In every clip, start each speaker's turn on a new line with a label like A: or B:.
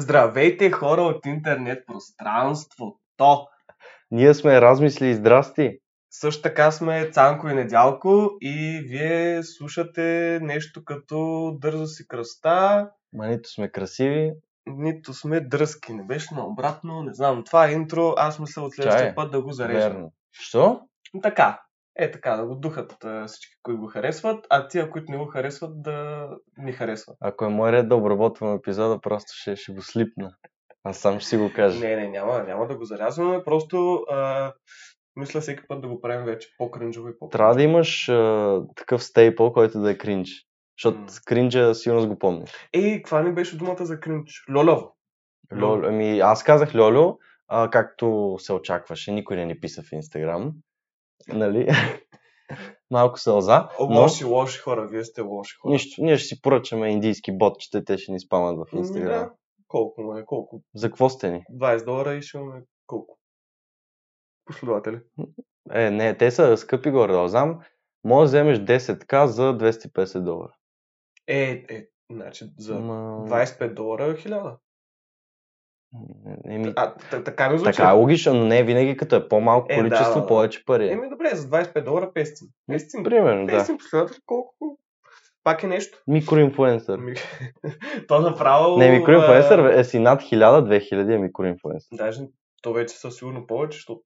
A: Здравейте хора от интернет пространството!
B: Ние сме размисли и здрасти.
A: Също така сме Цанко и Недялко и вие слушате нещо като Дързо си кръста,
B: Ма нито сме красиви.
A: нито сме дръзки. Не беше на обратно, не знам. Това е интро, аз мисля от следващия
B: Чай,
A: път да го зарежем.
B: Верно. Що?
A: Но Така, е така, да го духат а, всички, които го харесват, а тия, които не го харесват, да ни харесват.
B: Ако е мой ред да обработвам епизода, просто ще, ще го слипна. Аз сам ще си го кажа.
A: Не, не, няма, няма да го зарязваме, просто а, мисля всеки път да го правим вече по-кринжово и по
B: Трябва да имаш а, такъв стейпъл, който да е кринч. Защото
A: М. кринджа
B: кринджа сигурно го помниш.
A: Ей, каква ни беше думата за кринч? Лолево.
B: Льолю, ами, аз казах Льолю, а, както се очакваше. Никой не ни писа в Инстаграм. Нали? Малко сълза.
A: О,
B: Но
A: Лоши, лоши хора, вие сте лоши хора.
B: нищо, ние ще си поръчаме индийски ботчета, те ще ни спамат в
A: М,
B: Инстаграм.
A: Ами, Да. Колко му е? Колко?
B: За какво сте ни?
A: 20 долара и ще имаме колко? Последователи.
B: Е, не, те са скъпи горе, да знам. Може да вземеш 10к за 250 долара.
A: Е, е, значи за
B: Ма...
A: 25 долара е 1000.
B: Е, ми...
A: А, т- така ми звучи.
B: Така е логично, но не винаги като е по-малко
A: Е, да,
B: количество,
A: да, да.
B: повече пари. е.
A: Еми добре, за 25 долара 500. 500.
B: Примерно, да.
A: 500 последователи, колко? Пак е нещо.
B: Микроинфлуенсър.
A: Ми- То направо...
B: Не, микроинфлуенсър
A: а,
B: е си над 1000-2000 е микроинфлуенсър.
A: Даже то вече са сигурно повече, защото...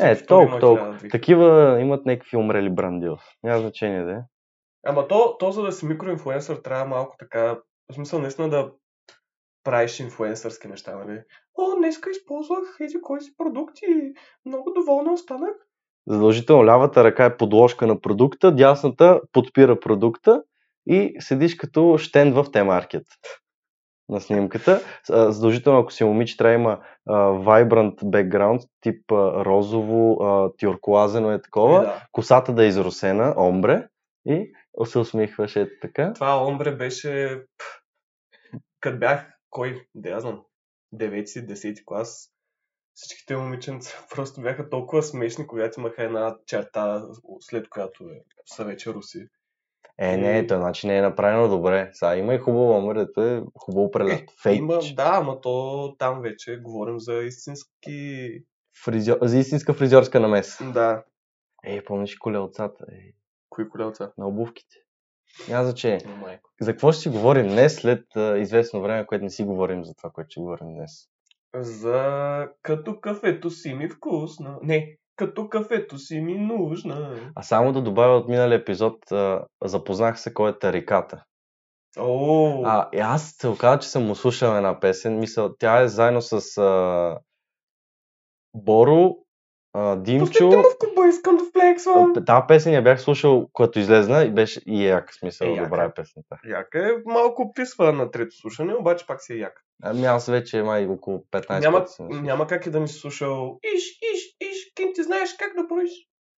B: Е,
A: всеки втори
B: толкова,
A: има
B: толкова.
A: 1000, 2000.
B: Такива имат някакви умрели брандил. Няма значение да е.
A: Ама то, то за да си микроинфлуенсър трябва малко така, в смисъл наистина да правиш инфлуенсърски неща, нали? О, днеска използвах еди кой си продукт и много доволна останах.
B: Задължително лявата ръка е подложка на продукта, дясната подпира продукта и седиш като щен в Т-маркет на снимката. А, Задължително, ако си момиче, трябва да има а, vibrant background, тип а, розово, а, тюркуазено е такова,
A: Е, да.
B: косата да е изросена, омбре, и се усмихваш ето така.
A: Това омбре беше... пф, Кът бях, кой, да я знам, 9-10 клас, всичките момиченца просто бяха толкова смешни, когато имаха една черта, след която е, са вече руси.
B: Е, не, то значи не е направено добре. Сега има и хубаво омбре, то е хубаво прелет.
A: Е,
B: Фейк.
A: Има, да, ама то там вече говорим за истински...
B: Фризьор... За истинска фризьорска намеса.
A: Да.
B: Е, помниш колелцата? Е,
A: Кои колелца?
B: на обувките. Няма значение.
A: О, майко.
B: За какво ще си говорим днес след а, известно време, което не си говорим за това, което ще говорим днес?
A: За като кафето си ми вкусна. Не, като кафето си ми нужна.
B: А само да добавя от миналия епизод, а, запознах се кой е тариката.
A: О,
B: А, и аз се оказа, че съм услушал една песен. Мисля, тя е заедно с а, Боро, а,
A: пуснете
B: Димчо.
A: му в Куба, искам да флексвам.
B: Та песен я бях слушал, когато излезна и беше и як, в смисъл,
A: Е, яка.
B: добра е песента.
A: Яка е, малко описва на трето слушане, обаче пак си е яка.
B: Ами аз вече май около 15
A: Няма,
B: пъти съм я слушал.
A: няма как и да не си слушал Иш, иш, иш, Ким, ти знаеш как да броиш?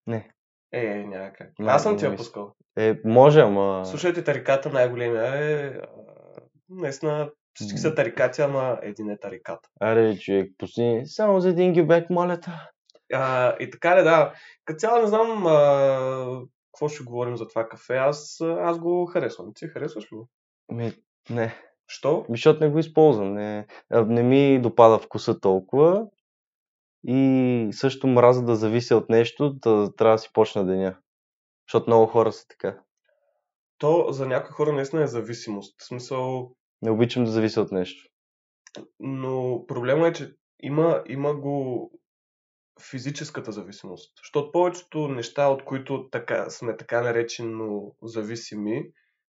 B: Не.
A: Е, няма как.
B: Не,
A: Аз съм
B: не
A: ти я
B: мисля.
A: пускал.
B: Е, може, ама...
A: Слушайте, тариката най-големия е... а, Наистина, всички са тарикати, ама един е тарикат.
B: Аре, човек, пусни само за един гюбек, моля те.
A: А, и така ли, да. Като цяло не знам а, какво ще говорим за това кафе. Аз, аз го харесвам. Ти харесваш ли го?
B: Ми, не,
A: Що?
B: ми, защото не го използвам. Не, а, не ми допада вкуса толкова. И също мраза да завися от нещо, да трябва да си почна деня. Защото много хора са така.
A: То за някои хора наистина е зависимост. В смисъл,
B: Не обичам да завися от нещо.
A: но проблема е, че има, има го физическата зависимост. Защото повечето неща, от които така, сме така наречено зависими,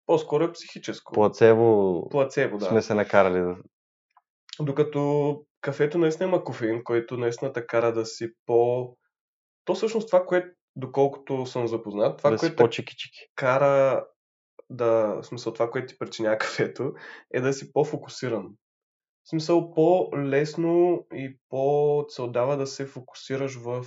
A: по-скоро е психическо.
B: Плацево
A: Плацебо, да.
B: сме се накарали да...
A: Докато кафето наистина има кофеин, който наистина те кара да си по... То всъщност това, което, доколкото съм запознат, това,
B: да
A: да
B: си
A: което е те
B: по-чики-чики.
A: кара да... В смисъл, това, което ти причинява кафето, е да си по-фокусиран. В смисъл, по-лесно и по-целдава да се фокусираш в...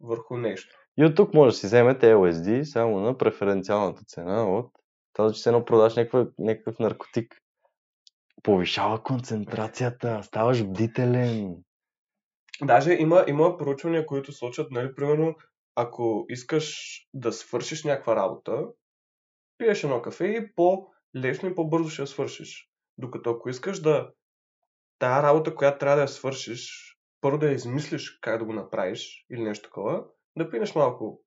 A: върху нещо.
B: И от тук може да си вземете LSD само на преференциалната цена от това, че се едно продаш някакъв, някакъв наркотик. Повишава концентрацията, ставаш бдителен.
A: Даже има, има проучвания, които сочат, нали, примерно, ако искаш да свършиш някаква работа, пиеш едно кафе и по-лесно и по-бързо ще я свършиш. Докато ако искаш да тая работа, която трябва да я свършиш, първо да я измислиш как да го направиш или нещо такова, да пинеш малко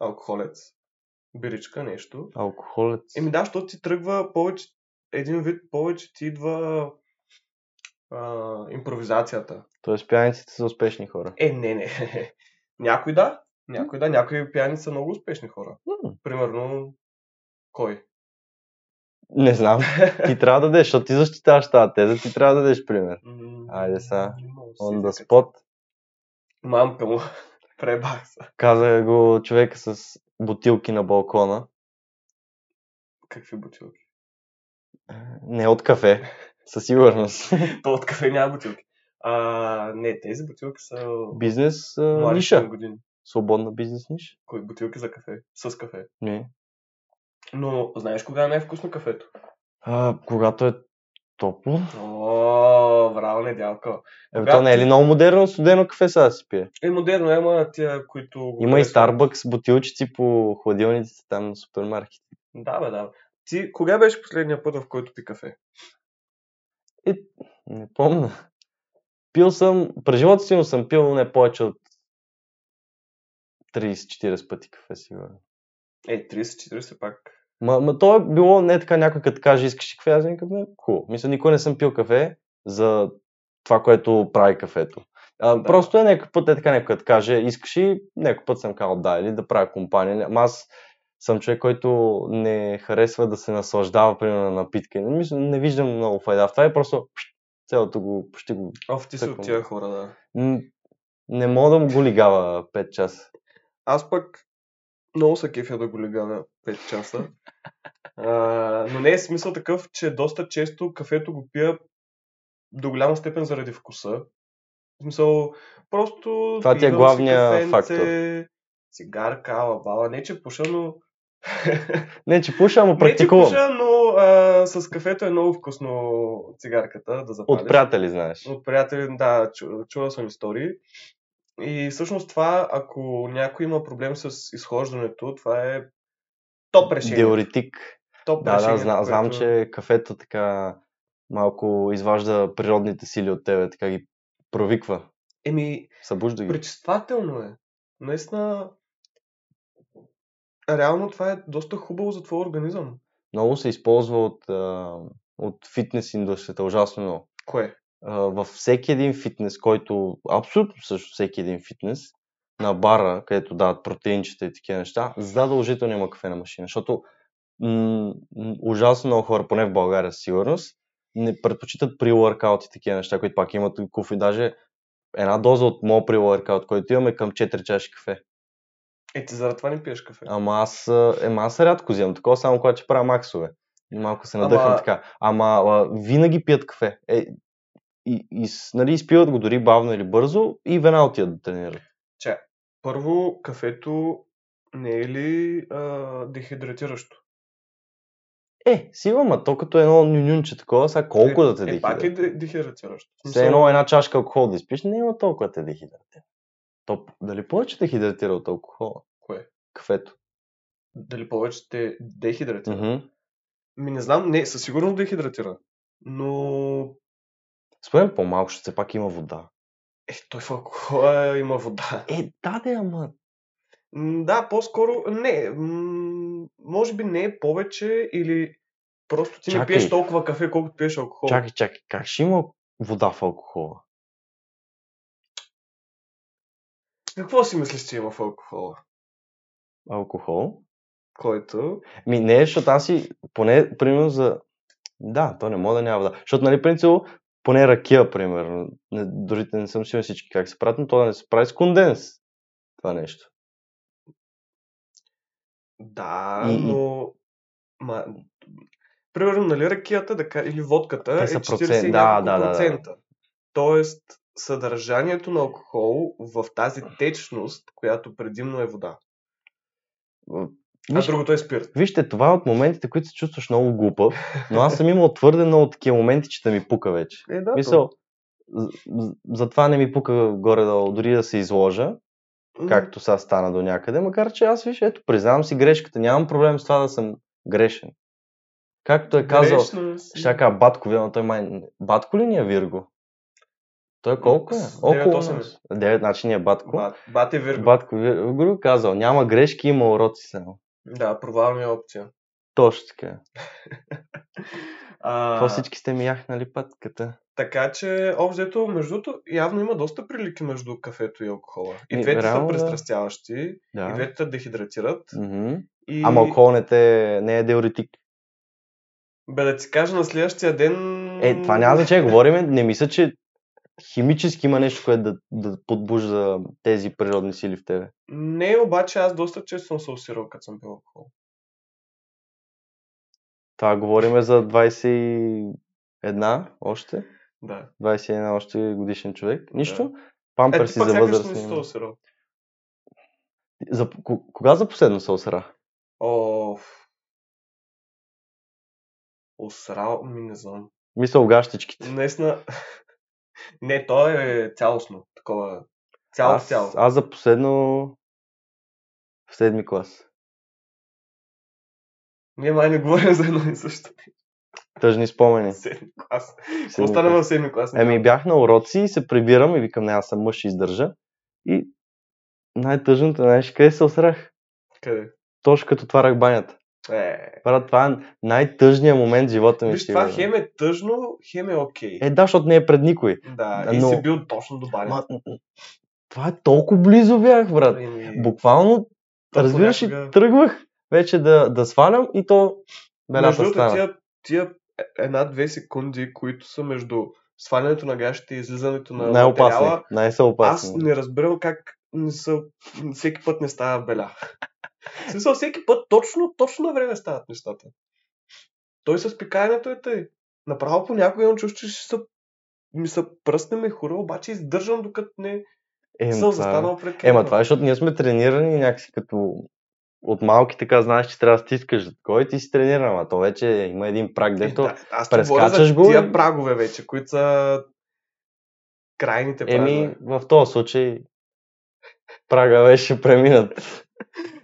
A: алкохолец, биричка, нещо.
B: Алкохолец.
A: Еми да, защото ти тръгва повече, един вид повече ти идва а, импровизацията.
B: Тоест пияниците са успешни хора.
A: Е, не, не. Някой да, някой да, някои пияни са много успешни хора.
B: М,
A: Примерно, кой?
B: Не знам. Ти трябва да дадеш, защото ти защитаваш тази теза, ти трябва да дадеш пример.
A: М,
B: Айде са,
A: не мога да се
B: On the
A: изрека.
B: spot.
A: Мамка му. Пребах се.
B: Каза го човека с бутилки на балкона.
A: Какви бутилки?
B: Не от кафе, със сигурност.
A: То от кафе няма бутилки. А, не, тези бутилки са
B: Бизнес а,
A: младите
B: ниша.
A: години.
B: Свободна бизнес ниша.
A: Кои бутилки за кафе? С кафе.
B: Не.
A: Но знаеш кога е най-вкусно кафето?
B: А, когато е топло.
A: О, браво, недялко.
B: Е, бе,
A: Когато-
B: то не е ли много модерно студено кафе сега да се пие?
A: Е, модерно, е, ама тия, които... го
B: Има и
A: харесват.
B: Starbucks бутилчици по хладилниците там на супермаркет.
A: Да, бе, да. Ти, кога беше последния път, в който пи кафе?
B: Не помня. Пил съм, през живота си, но съм пил не повече от 30-40 пъти кафе, сигурно.
A: Е, 30-40 пак.
B: Ма, ма то е било не така някой като каже, искаш ли кафе, аз викам, не, хубаво. Мисля, никога не съм пил кафе за това, което прави кафето. А,
A: Да.
B: да. Просто е някакъв път, е така някой като каже, искаш ли, някой път съм казал да, или да правя компания. Ама аз съм човек, който не харесва да се наслаждава, примерно, на напитка. Не, мисля, не виждам много файда в това е просто пш, цялото го, почти го...
A: Оф, ти си
B: Какво?
A: от тия хора, да.
B: М, Не мога да му го лигава 5 часа.
A: Аз пък много се кефя да го лега на 5 часа. А, но не е смисъл такъв, че доста често кафето го пия до голяма степен заради вкуса. В смисъл, просто...
B: Това ти е
A: гледам си
B: главният
A: кафенце,
B: фактор.
A: Цигарка, ала бала, не че пуша, но...
B: Не, че пуша, ама
A: Не че
B: практикувам.
A: пуша, но а, с кафето е много вкусно цигарката да запалиш.
B: От приятели, знаеш.
A: От приятели, да, чу, чувал съм истории. И всъщност това, ако някой има проблем с изхождането, това е топ решение.
B: Диуретик.
A: Топ
B: Да, да,
A: решение,
B: зна, знам, че кафето така малко изважда природните сили от тебе, така ги провиква,
A: Еми,
B: събужда ги.
A: пречиствателно е. Наистина, реално това е доста хубаво за твоя организъм.
B: Много се използва от, а, от фитнес индустрията, ужасно много.
A: Кое?
B: А, Във всеки един фитнес, който, абсолютно също всеки един фитнес, на бара, където дават протеинчета и такива неща, задължително има кафена машина, защото м- м- ужасно много хора, поне в България със сигурност, не предпочитат при workout и такива неща, които пак имат кофе. Даже една доза от моят при workout, който имаме към 4 чаши кафе.
A: Е, ти заради това не пиеш кафе.
B: Ама аз, а, ема аз рядко взимам такова, само когато ще правя максове. Малко се надъхам
A: Ама-
B: Ама... така. Ама а, винаги пият кафе. Е, и, и, с- нали, изпиват го дори бавно или бързо и веднага отиват да тренират.
A: Че, първо, кафето не е ли а, дехидратиращо?
B: Е, сигурно, ма то като едно нюнюнче такова, сега колко
A: е,
B: да те
A: е, пак е
B: дехидра?
A: де- дехидратиращо. В
B: Все
A: смисъл,
B: е едно една чашка алкохол да изпиш, няма толкова да те дехидратира. То, дали повече те хидратира от алкохола?
A: Кое?
B: Кафето.
A: Дали повече те дехидратира?
B: Мгм.
A: Ми не знам, не, със сигурност дехидратира. Но
B: Според мен по-малко, защото все пак има вода.
A: е, той в алкохола има вода.
B: Е, да, да, ама.
A: М, Да, по-скоро не. м, Може би не е повече или просто ти не
B: Чакай.
A: пиеш толкова кафе, колкото пиеш алкохол.
B: Чакай, чакай, как ще има вода в алкохола?
A: Какво си мислиш, че има в алкохола?
B: Алкохол?
A: Който...
B: Ми не, защото аз си, поне, примерно за... Да, то не мога да няма вода. Защото, нали, принцип, поне ракия, примерно, не, дори не съм сигурен всички как се правят, но то да не се прави с конденс. Това нещо.
A: Да,
B: И- и-
A: но... Ма... Примерно, нали, ракията да, ка- или водката
B: Те
A: е
B: са
A: 40
B: процент,
A: и
B: да,
A: няколко
B: да, да, да.
A: процента. Тоест, съдържанието на алкохол в тази течност, която предимно е вода. А
B: Виж-
A: другото е спирт.
B: Вижте, това е от моментите, които се чувстваш много глупа, но аз съм имал твърде много такива моменти, че да ми пука вече.
A: Е, да,
B: Мисъл, з- з- затова не ми пука горе-долу, дори да се изложа,
A: то. М,
B: както сега стана до някъде, макар че аз, виж, ето, признавам си грешката, нямам проблем с това да съм грешен. Както е казал,
A: Грешно си.
B: ще кажа Батко, видно, той май... Батко ли ни е Вирго? Той колко е?
A: С
B: Около
A: 9-8
B: нас. 9, значи ни е Батко.
A: Бат, бат е Вирго.
B: Батко Вирго казал, няма грешки, има уроци само.
A: Да, провална е опция.
B: Точно така. Това
A: А,
B: всички сте ми яхнали пътката.
A: така че, обзето, между другото, явно има доста прилики между кафето и алкохола. И
B: Ми,
A: двете са
B: реално да.
A: престрастяващи, и
B: Да.
A: двете дехидратират.
B: Мгм.
A: И...
B: Ама алкохол не, те, не е диуретик.
A: Бе, да ти кажа, на следващия ден...
B: Е, това няма значение. Говориме, не мисля, че химически има нещо, което да, да подбужда тези природни сили в тебе.
A: Не, е, обаче аз доста често съм се усирал, като съм пил алкохол.
B: Това говориме за 21 още.
A: Да.
B: 21 още годишен човек. Нищо. Да.
A: Е,
B: Пампер
A: ти
B: си
A: пък
B: за
A: сякаш не си се
B: възрастни.
A: усирал.
B: За, ко- кога за последно се осра?
A: О, Осрал ми не знам.
B: Мисля, огащичките.
A: Наистина. Не, то е цялостно. Такова. Цяло
B: Аз,
A: аз, цяло.
B: аз за последно в седми клас.
A: Ние май не говорим за едно и също.
B: Тъжни спомени.
A: Седми клас. Какво
B: Седми
A: стана
B: клас. Ами,
A: в седми клас? Не
B: Еми, бях на уроци и се прибирам и викам, не, аз съм мъж, ще издържа. И най-тъжното, знаеш, къде се осрах?
A: Къде?
B: Точно като отварях банята.
A: Е.
B: Брат, това е най-тъжният момент в живота ми.
A: Виж, това
B: сигурно.
A: хем е тъжно, хем е окей.
B: Е, да, защото не е пред никой.
A: Да,
B: да,
A: и
B: но-
A: си бил точно до баня.
B: Ма, това е толкова близо бях, брат.
A: Еми,
B: Буквално,
A: то
B: разбираш ли,
A: понякога-
B: тръгвах вече да, да свалям и то
A: Между
B: белята
A: другото,
B: стана.
A: тия, тия е- една-две секунди, които са между свалянето на гащите и излизането на
B: Най-опасни.
A: материала, аз
B: Най-съопасни.
A: не разбирам как не са, всеки път не става беля. В смисъл, всеки път точно, точно на време стават нещата. Той с пикаенето е тъй. Направо понякога имам чувство, че ще са, ми са пръсне ме хура, обаче издържам докато не
B: Е,
A: съм
B: ма, това...
A: застанал пред
B: Ема
A: камера.
B: това е, защото ние сме тренирани някакси като от малки така знаеш, че трябва да стискаш за такова и ти си трениран, а то вече има един прак,
A: Е,
B: дето
A: да, аз ти говоря
B: прескачаш
A: за
B: го
A: тия
B: и-
A: прагове вече, които са крайните прагове.
B: Еми, в този случай прага беше преминат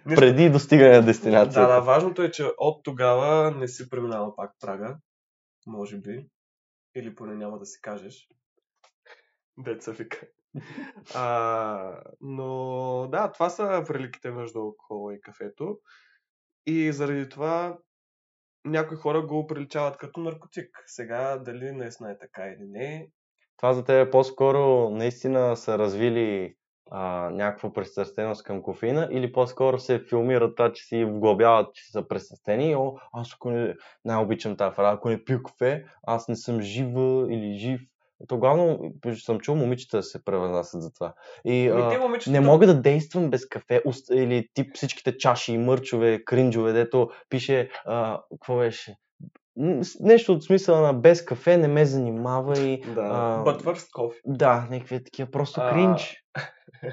A: Нищо.
B: преди достигане на
A: Да, да,
B: дестинацията.
A: важното е, че от тогава не си преминава пак прага, може би, или поне няма да си кажеш. Деца вика. А, но да, това са приликите между алкохола и кафето. И заради това някои хора го приличават като наркотик. Сега дали наистина е така или не.
B: Това за тебе по-скоро наистина са развили а, някаква пристрастеност към кофеина или по-скоро се филмират това, че си вглъбяват, че са пресъстени. О, аз ако не, най-обичам тази фраза, ако не пия кафе, аз не съм жива или жив. То главно съм чул момичета да се превъзнасят за това. И,
A: Ами
B: а,
A: те момичета,
B: Не мога да действам без кафе уст- или тип всичките чаши, мърчове, кринджове, дето пише, а, какво беше? М, с- Нещо от смисъла на без кафе не ме занимава и
A: Да.
B: а,
A: Бътвърст кофе.
B: да, някакви такива, просто
A: А.
B: кринж.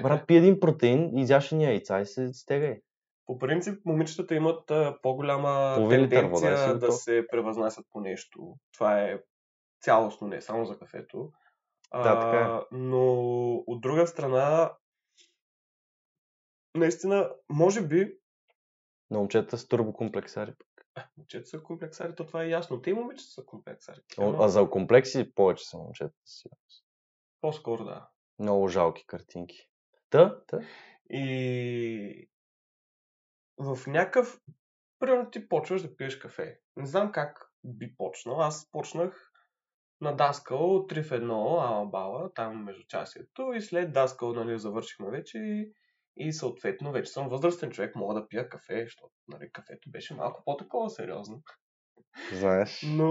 B: Брат, пи един протеин, изящени яйца и се стегай.
A: По принцип, момичетата имат а, по-голяма
B: Половин литър вода,
A: тенденция
B: сигурно
A: да
B: то.
A: се превъзнасят по нещо. Това е цялостно, не е само за кафето. А,
B: Да, така е.
A: Но от друга страна, наистина, може би,
B: На момчета с турбокомплексари.
A: момчета са комплексари, то това е ясно. Те и момичета са комплексари.
B: О,
A: Ама
B: А за комплекси повече са момчета си.
A: По-скоро да.
B: Много жалки картинки. Та, та.
A: И в някакъв... Примерно ти почваш да пиеш кафе. Не знам как би почнал. Аз почнах на Даскал 3 в 1 Алабала, там между часието и след Даскал нали, завършихме вече и, и съответно вече съм възрастен човек, мога да пия кафе, защото нали, кафето беше малко по-такова сериозно.
B: Знаеш.
A: Но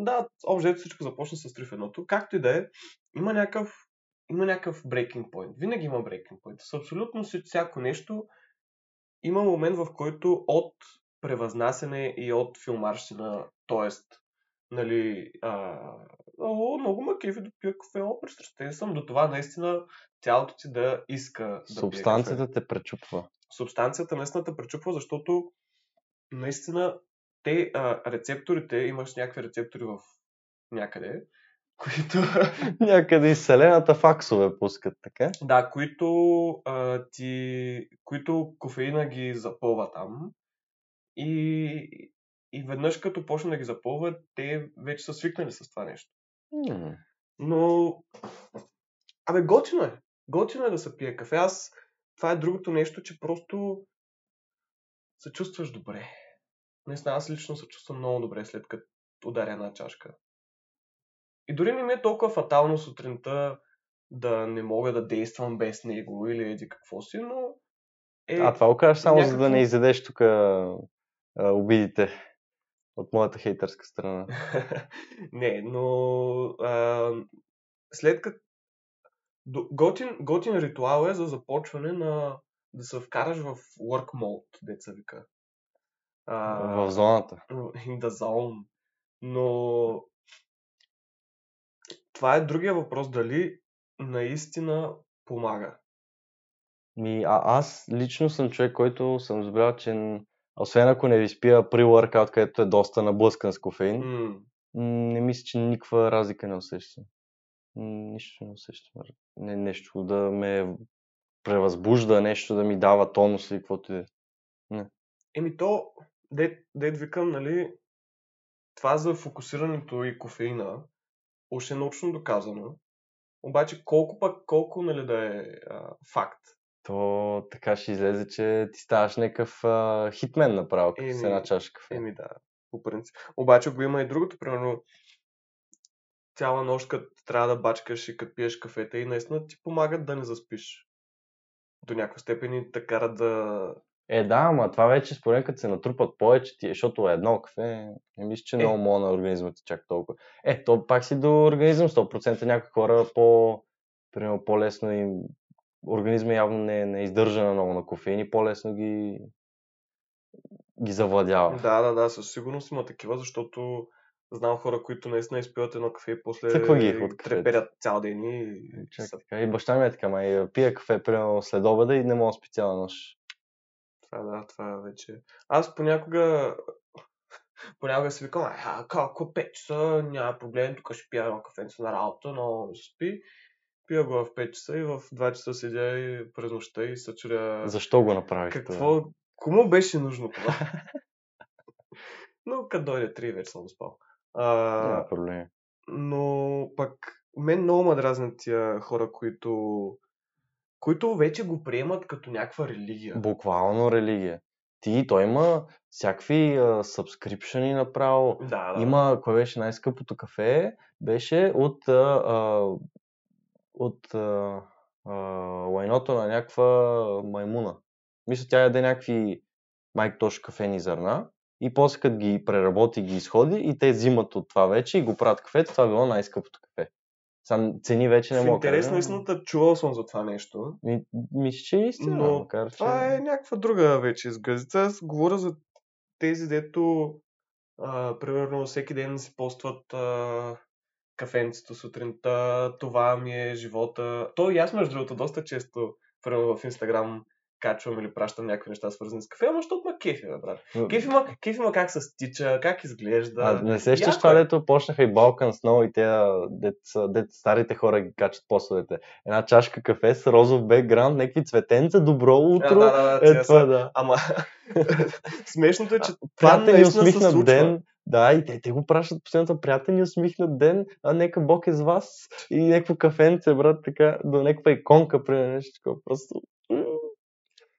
A: да, общо взето всичко започна с 3 в 1. Както и да е, има някакъв, има някакъв breaking point. Винаги има breaking point. С абсолютно си- всяко нещо има момент, в който от превъзнасене и от филмарщина, т.е. Нали, а, о, много ма кефи да пия кафе, о, пристрастен съм до това наистина тялото ти да иска да пие кафе
B: Субстанцията те пречупва.
A: субстанцията наистина те пречупва, защото наистина те, а, рецепторите, имаш някакви рецептори в някъде, които,
B: Някъде из селената факсове пускат, така?
A: да, които, а, ти, които кофеина ги запълва там и, И веднъж като почна да ги запълват, те вече са свикнали с това нещо.
B: М,
A: Но, абе, готино е. Готино е да се пие кафе. Аз, това е другото нещо, че просто се чувстваш добре. Наистина, аз лично се чувствам много добре след като ударя една чашка. И дори не ми е толкова фатално сутринта да не мога да действам без него или еди какво си, но е,
B: А това го кажеш само за да
A: някакво-
B: не изядеш тук а, а, обидите от моята хейтърска страна.
A: Не, но а, след като до- готин, готин ритуал е за започване на да се вкараш в work mode, деца вика.
B: В
A: А,
B: зоната.
A: in the zone. Но това е другия въпрос, дали наистина помага.
B: Ми, а аз лично съм човек, който съм разбрал, че н- освен ако не ви спия при workout, където е доста наблъскан с кофеин, м,
A: М,
B: не мисля, че никаква разлика не усещам. М, Нищо не усещам. Не, нещо да ме превъзбужда, нещо да ми дава тонус или каквото и да е.
A: Еми то, дед, дед викам, нали, това за фокусирането и кофеина, уж е научно доказано, обаче колко пък, колко нали да е а, факт.
B: То така ще излезе, че ти ставаш някакъв а, хитмен направо, като с
A: Еми,
B: една чаша кафе.
A: Еми да, по принцип. Обаче го има и другото, примерно, цяла нощ, като трябва да бачкаш и като пиеш кафета и наистина ти помагат да не заспиш. До някаква степен и те карат да...
B: Е, да, ама това вече според мен, като се натрупат повече ти, е, защото едно кафе, не мисля, че
A: Е.
B: много мога на организма ти чак толкова. Е, то пак си до организъм, 100% някои хора по, примерно, по-лесно им, организма явно не, не издържа на много на кофеин и по-лесно ги, ги завладява.
A: Да, да, да, със сигурност има такива, защото знам хора, които наистина изпиват едно кафе и после
B: Цъква ги от кафето.
A: треперят цял ден и...
B: Чак,
A: са-
B: така. И баща ми е така, май, пия кафе, примерно, след обеда и не мога да спи цяла нощ.
A: Това, да, това вече. Аз понякога понякога си викам, а, колко 5 часа, няма проблем, тук ще пия едно кафенце на работа, но не спи. Пия го в 5 часа и в 2 часа седя и през нощта и се чудя
B: Защо го направих? това? е.
A: какво, кому беше нужно това. но като дойде 3 вече съм спал. А,
B: Няма проблем.
A: но пък мен много ме дразнят тия хора, които, които вече го приемат като някаква религия.
B: Буквално религия. Ти, той има всякакви а, сабскрипшени направо.
A: Да, да.
B: Има, кое беше най-скъпото кафе, беше от, а, а, от а, а, лайното на някаква маймуна. Мисля, тя яде някакви майк точно кафени зърна и после като ги преработи, ги изходи и те взимат от това вече и го правят кафето, това било най-скъпото кафе. Сам цени вече не
A: В
B: мога. да
A: интересна
B: кажа.
A: истината чувал съм за това нещо.
B: Ми- Мисля, че е истина,
A: Но
B: макар че...
A: Това е някаква друга вече изгъзица. Аз говоря за тези, дето а, примерно всеки ден си постват а, кафенцето сутринта, това ми е живота. То и аз между другото доста често примерно в Инстаграм качвам или пращам някакви неща свързани с кафе, ама защото ма кефи, бе, брат.
B: Но-
A: Кефи ма, кефи ма как се стича, как изглежда.
B: А, не се
A: Яко
B: сещаш това,
A: е.
B: дето почнаха и Balkan Snow и те, а, дет, са- дет, старите хора ги качат посовете. Една чашка кафе с розов бекграунд, някакви цветенца, добро
A: да,
B: утро.
A: да, да, да,
B: е,
A: тия
B: това,
A: са.
B: да.
A: Ама смешното е, че това
B: Приятен и
A: наистина се
B: усмихнат
A: случва. Ден.
B: ден. Да, и те, те го пращат постоянно. Приятен и усмихнат ден, а нека Бог е с вас. И някакво кафенце, брат, така, до някаква иконка, примерно нещо такова. Просто. м.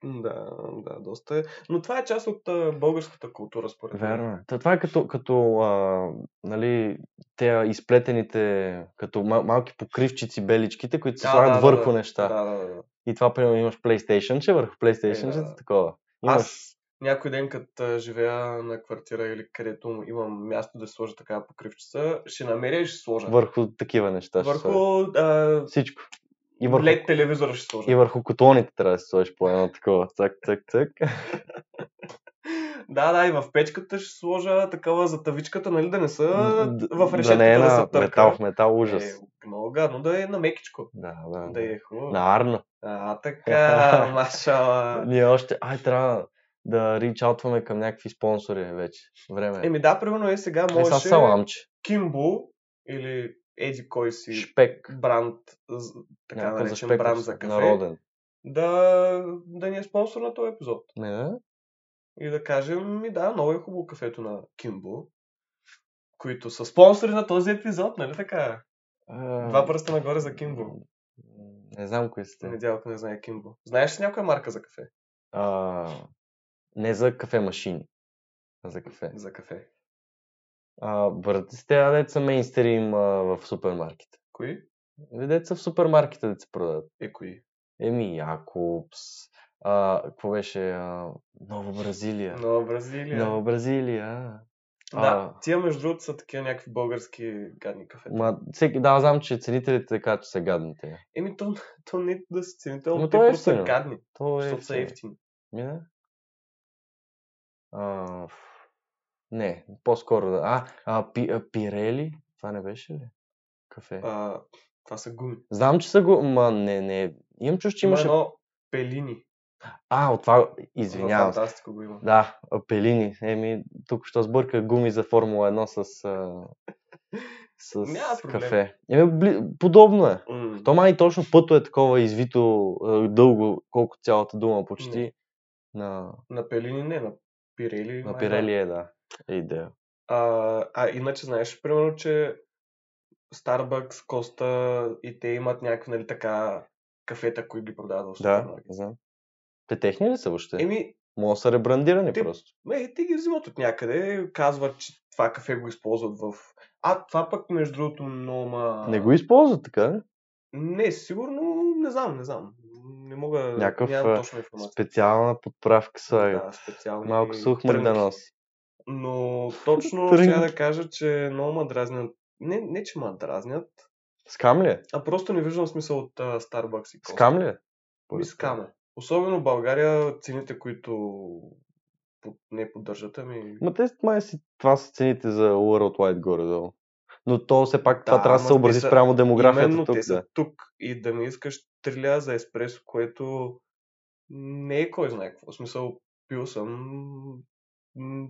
A: Да, да, доста е. Но това е част от а, българската култура, според мен.
B: Верно е. Та това е като, като а, нали, те изплетените, като мал- малки покривчици, беличките, които се
A: Да,
B: слагат
A: да, да,
B: върху неща.
A: Да, да, да. да.
B: И това, примерно, имаш PlayStation, че върху PlayStation,
A: Е,
B: че
A: да, да.
B: такова. Имаш...
A: Аз някой ден, като а, живея на квартира или където имам място да сложа такава покривчица, ще намеря и ще сложа.
B: върху такива неща. ще
A: върху
B: сложиш.
A: а,
B: Всичко. И
A: и
B: върху,
A: лед телевизора ще сложа.
B: и върху котлоните трябва да се сложиш по едно такова. Цак, цак, цак.
A: Да, да, и в печката ще сложа такава за тавичката, нали, да не са
B: Д-
A: в
B: да не е
A: решетката да,
B: на
A: се търка.
B: метал в метал, ужас.
A: Е, много гадно да е на мекичко.
B: Да, да.
A: Да е хубаво.
B: На Арна.
A: А, така, машала.
B: Ние още... Ай, трябва да ричаутваме към някакви спонсори вече. Време. е.
A: Еми да, примерно е сега
B: Е, са
A: можеше...
B: саламче.
A: Кимбо или еди кой си
B: Шпек.
A: бранд, з- така
B: Някакъв
A: наречен
B: шпеков
A: бранд за кафе,
B: Народен.
A: да, да ни е спонсор на този епизод.
B: Не, да?
A: и да кажем, ми да, много е хубаво кафето на Кимбо, които са спонсори на този епизод, нали така?
B: А,
A: Два пръста нагоре за Кимбо.
B: Не знам кои сте.
A: Недялко не знае Кимбо. Знаеш ли някоя марка за кафе?
B: А, не за кафе машини, а за кафе.
A: За кафе.
B: А, върти сте, а деца мейнстрим а, в супермаркета.
A: Кои?
B: Бе, Деца в супермаркета да се продават.
A: Е, кои?
B: Еми, Якобс. А, какво беше? А, Нова Бразилия.
A: Нова Бразилия.
B: Нова Бразилия.
A: Да, тия между другото са такива някакви български гадни кафета.
B: Ма, всеки, да, знам, че ценителите така, че са гадните.
A: Еми, то, то не е да си ценител,
B: Но
A: но те
B: то е
A: просто са
B: евтино.
A: гадни,
B: То е...
A: защото са ефтини.
B: Мина? А, ф- не, по-скоро да. А, а, пи, а, пирели? Това не беше ли? Кафе.
A: А, това са гуми.
B: Знам, че са го... Ма, не, не. Имам чуш, че
A: Има
B: имаше...
A: едно пелини.
B: А, от това...
A: Извинявам.
B: Извинявам се.
A: Фантастико го има.
B: Да, Пелини. Еми, тук що сбърка гуми за Формула 1 с, а, с
A: Няма проблем.
B: кафе. Еми, бли... подобно е.
A: М,
B: То май точно пъто е такова извито а, дълго, колко цялата дума почти. На,
A: На пелини не, на пирели. май
B: на
A: да.
B: Пирели е, да. Е идея.
A: А, а иначе знаеш, примерно, че Starbucks, Коста и те имат някакви, нали така, кафета, които ги продават в
B: Да,
A: супермаркет.
B: знам. Те техни ли са въобще?
A: Еми,
B: Може да са ребрандирани
A: Те-
B: просто.
A: ме, те ги взимат от някъде, казват, че това кафе го използват в... А, това пък, между другото, много ма...
B: Не го използват така, не?
A: Не, сигурно, не знам, не знам. Не мога,
B: Някакъв,
A: нямам
B: а,
A: точна информация.
B: Специална подправка слагат.
A: Да, специални
B: Малко сух
A: трънки.
B: мърданос.
A: Но точно
B: Трънки.
A: ще да кажа, че много ма дразнят. Не, не че ма дразнят,
B: Скам ли е?
A: а просто не виждам смисъл от а, Starbucks и Costa.
B: Скам ли е?
A: Ми скаме. Особено в България цените, които под- не поддържат, ами...
B: Ма те май си, това са цените за Worldwide горе-долу. Но то все пак това
A: Да,
B: трябва
A: ама
B: да се съобрази
A: те са-
B: спрямо демографията
A: Именно
B: тук.
A: те са
B: Да.
A: тук и да ми искаш 3 ля за еспресо, което не е кой знае какво. В смисъл, пил съм... м,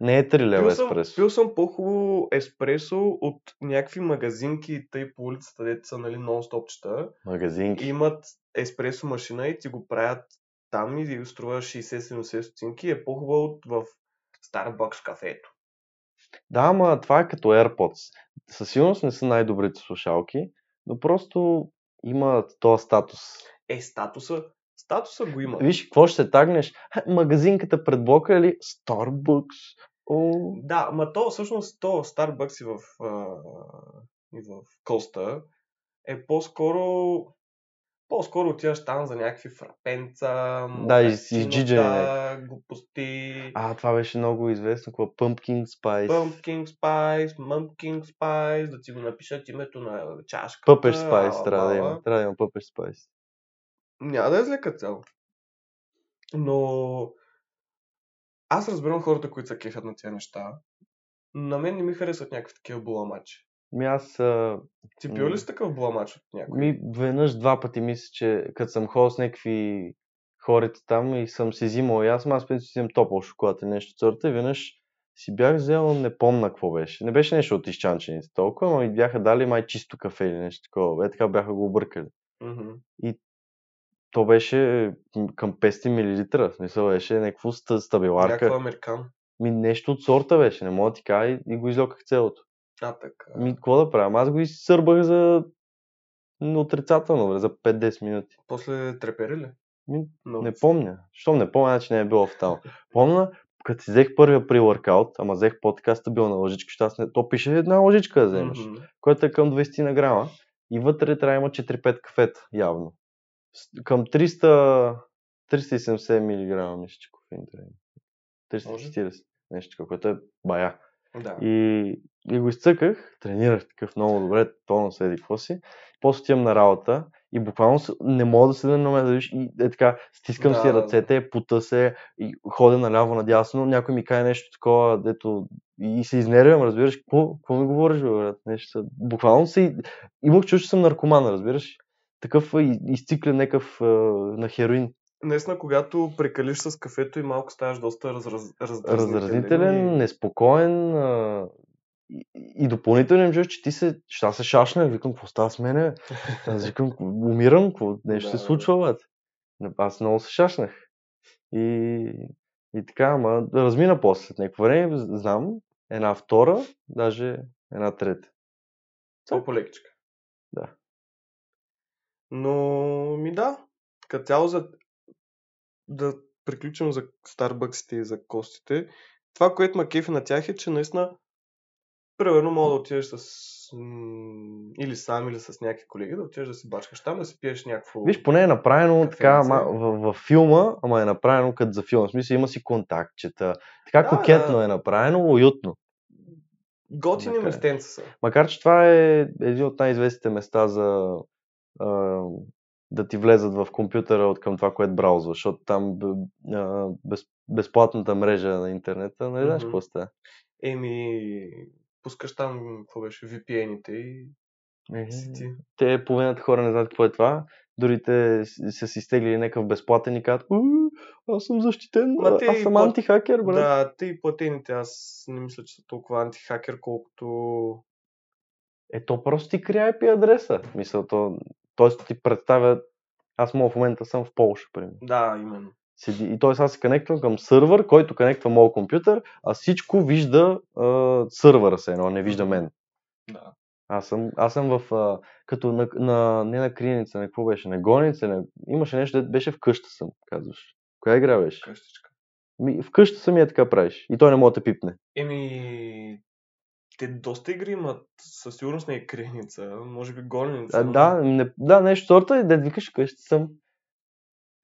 B: Не е 3 лева
A: Пил съм,
B: еспресо.
A: пил съм по-хубаво еспресо от някакви магазинки и тъй по улицата, дето са нали, нон-стопчета.
B: Магазинки.
A: Имат еспресо машина и ти го правят там и ти го струва 60-70 стотинки. Е по-хубаво от в Starbucks кафето.
B: Да, ама това е като AirPods. Със сигурност не са най-добрите слушалки, но просто има този статус.
A: Е, статуса, статуса го има.
B: Виж, какво ще се тагнеш? Ха, Магазинката пред блока или Starbucks? О,
A: Да, ма то всъщност то в Starbucks и в, а, и в Коста е по-скоро по-скоро отиваш там за някакви фрапенца,
B: Да, и с- нали? и с джиджене
A: мокачинота, глупости,
B: а, това беше много известно. Какво? Pumpkin Spice.
A: Pumpkin Spice, Mumpkin Spice, да ти го напишат името на чашката.
B: Pupesh Spice
A: ала,
B: трябва да
A: бала.
B: има. Трябва да има Pupesh Spice.
A: Няма да е зле като цяло. Но аз разбирам хората, които се кефят на тия неща. На мен не ми харесват някакви такива буламачи.
B: Ми Ами аз а,
A: Ти бил
B: М.
A: ли си такъв бламач от някой?
B: Ми, веднъж, два пъти мисля, че като съм ходил с някакви хората там и съм си взимал и аз, ама аз принцип си взимам топъл шоколад и нещо от сорта и веднъж си бях взел, не помна какво беше. Не беше нещо от изчанчените толкова, но ми бяха дали май чисто кафе или нещо такова. Е така бяха го объркали.
A: Мгм.
B: То беше м, към 500 мл. В смисъл беше някакво ста- стабиларка.
A: Някаква американ.
B: Ми нещо от сорта беше, не мога да ти кажа и, и го излоках цялото.
A: А, така.
B: Ми, какво да правя? Аз го изсърбах за м, отрицателно, бе, за 5-10 минути.
A: После трепери ли?
B: Ми,
A: Но...
B: Не помня. Щом не помня, значи не е било фатално. Помня, като си взех първия при workout, ама взех подкаста, бил на лъжичка, защото аз не... то пише една лъжичка да вземеш,
A: Мгм.
B: което е към 20 на грама. И вътре трябва да има 4-5 кафета, явно. С- Към 300... 370 мг, мисля, че кофеин трябва. 340, нещо такова, което е бая.
A: Да. И...
B: И, и го изцъках, тренирах такъв много добре, тонус, седи какво си. После отивам на работа и буквално с- не мога да седя на мен да виж. И е така, стискам
A: Да,
B: си
A: да, да.
B: ръцете, пута се, и ходя наляво, надясно. Някой ми кае нещо такова, дето и се изнервям, разбираш, какво, какво ми говориш, бе, брат? Нещо. са- Буквално се... Имах чувство, че съм наркоман, разбираш. Такъв а, и- изциклен някакъв а, на хероин.
A: Наистина, когато прекалиш с кафето и малко ставаш доста разраз... раздразнителен.
B: раздразнителен,
A: И...
B: неспокоен а, и, и допълнително им чуеш, че ти се, че аз се шашнах, викам, какво става с мене? Аз викам, «Ко- умирам, какво, нещо
A: Да, да,
B: се случва, брат. Не, Аз много се шашнах. И, И така, ама да размина после след някакво време, знам, една втора, даже една трета.
A: Това по-лекичка.
B: Да.
A: Но ми да, като цяло за... да приключим за Старбъксите и за костите. Това, което ма кефи на тях е, че наистина примерно мога да отидеш с м, или сам, или с някакви колеги, да отидеш да си бачкаш там, да си пиеш някакво...
B: Виж, поне е направено
A: Кафенце.
B: така, ма, в, в, филма, ама е направено като за филм. В смисъл има си контактчета. Така
A: Да,
B: кокетно
A: да.
B: е направено, уютно.
A: Готини
B: Така е.
A: местенца са.
B: Макар, че това е един от най-известните места за а, да ти влезат в компютъра от към това, което браузваш, защото там б- а, без, безплатната мрежа на интернета, не знаеш
A: Мгм.
B: какво става.
A: Еми, пускаш там, какво беше, VPN-ите и
B: Е,
A: си ти.
B: Те половината хора не знаят какво е това. Дори те с- са си изтеглили някакъв безплатен и казват, «У, аз съм защитен,
A: Ма те
B: аз
A: и
B: съм
A: по-
B: антихакер, нали?» брат.
A: Да, те и платените, аз не мисля, че са толкова антихакер, колкото...
B: Е, то просто ти крие IP адреса. Мисъл, то, тоест ти представя, аз мога в момента съм в Полша, примерно.
A: Да, именно.
B: Седи, и т.е. аз се конектвам към сървър, който конектва моят компютър, а всичко вижда а, сървъра се едно, не вижда мен.
A: Да.
B: Аз съм, аз съм в, а, като на, на, не на Криница, на какво беше, на Гоница, на, имаше нещо, дето беше вкъща съм, казваш. Коя игра беше?
A: Къщичка.
B: Ми, вкъща съм и е така правиш. И той не може да те пипне.
A: Еми, те доста игри имат, със сигурност не е креница, може би гоненица.
B: А,
A: но-
B: да, не, да, нещо сорта, дед викаш вкъща съм.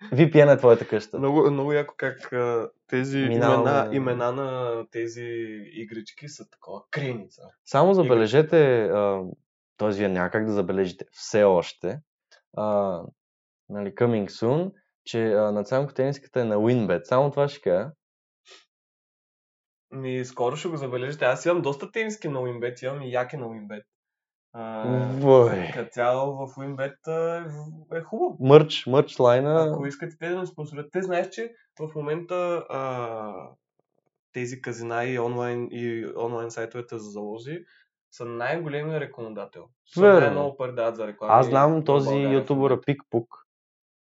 B: VPN е твоята къща.
A: Много, много яко как а, тези
B: Минаваме.
A: имена, имена на тези игрички са такова. Креница.
B: Само забележете, а, т.е. вие няма как да забележите все още, а, нали, coming soon, че а, националко тениската е на WinBet. Само това ще кажа.
A: Ми, скоро ще го забележите. Аз имам доста тениски на Уинбет, имам и яки на Уинбет. А,
B: Вой.
A: като цяло в Уинбет а, е хубаво.
B: Мърч, мърч лайна.
A: Ако искате те да ни спонсорят, те знаеш, че в момента а, тези казина и онлайн, и онлайн сайтовете за залози са най-големия рекламодател. Са
B: Верно.
A: най-много пари дават за реклами.
B: Аз знам
A: в
B: този
A: България в
B: ютубър Пикпук.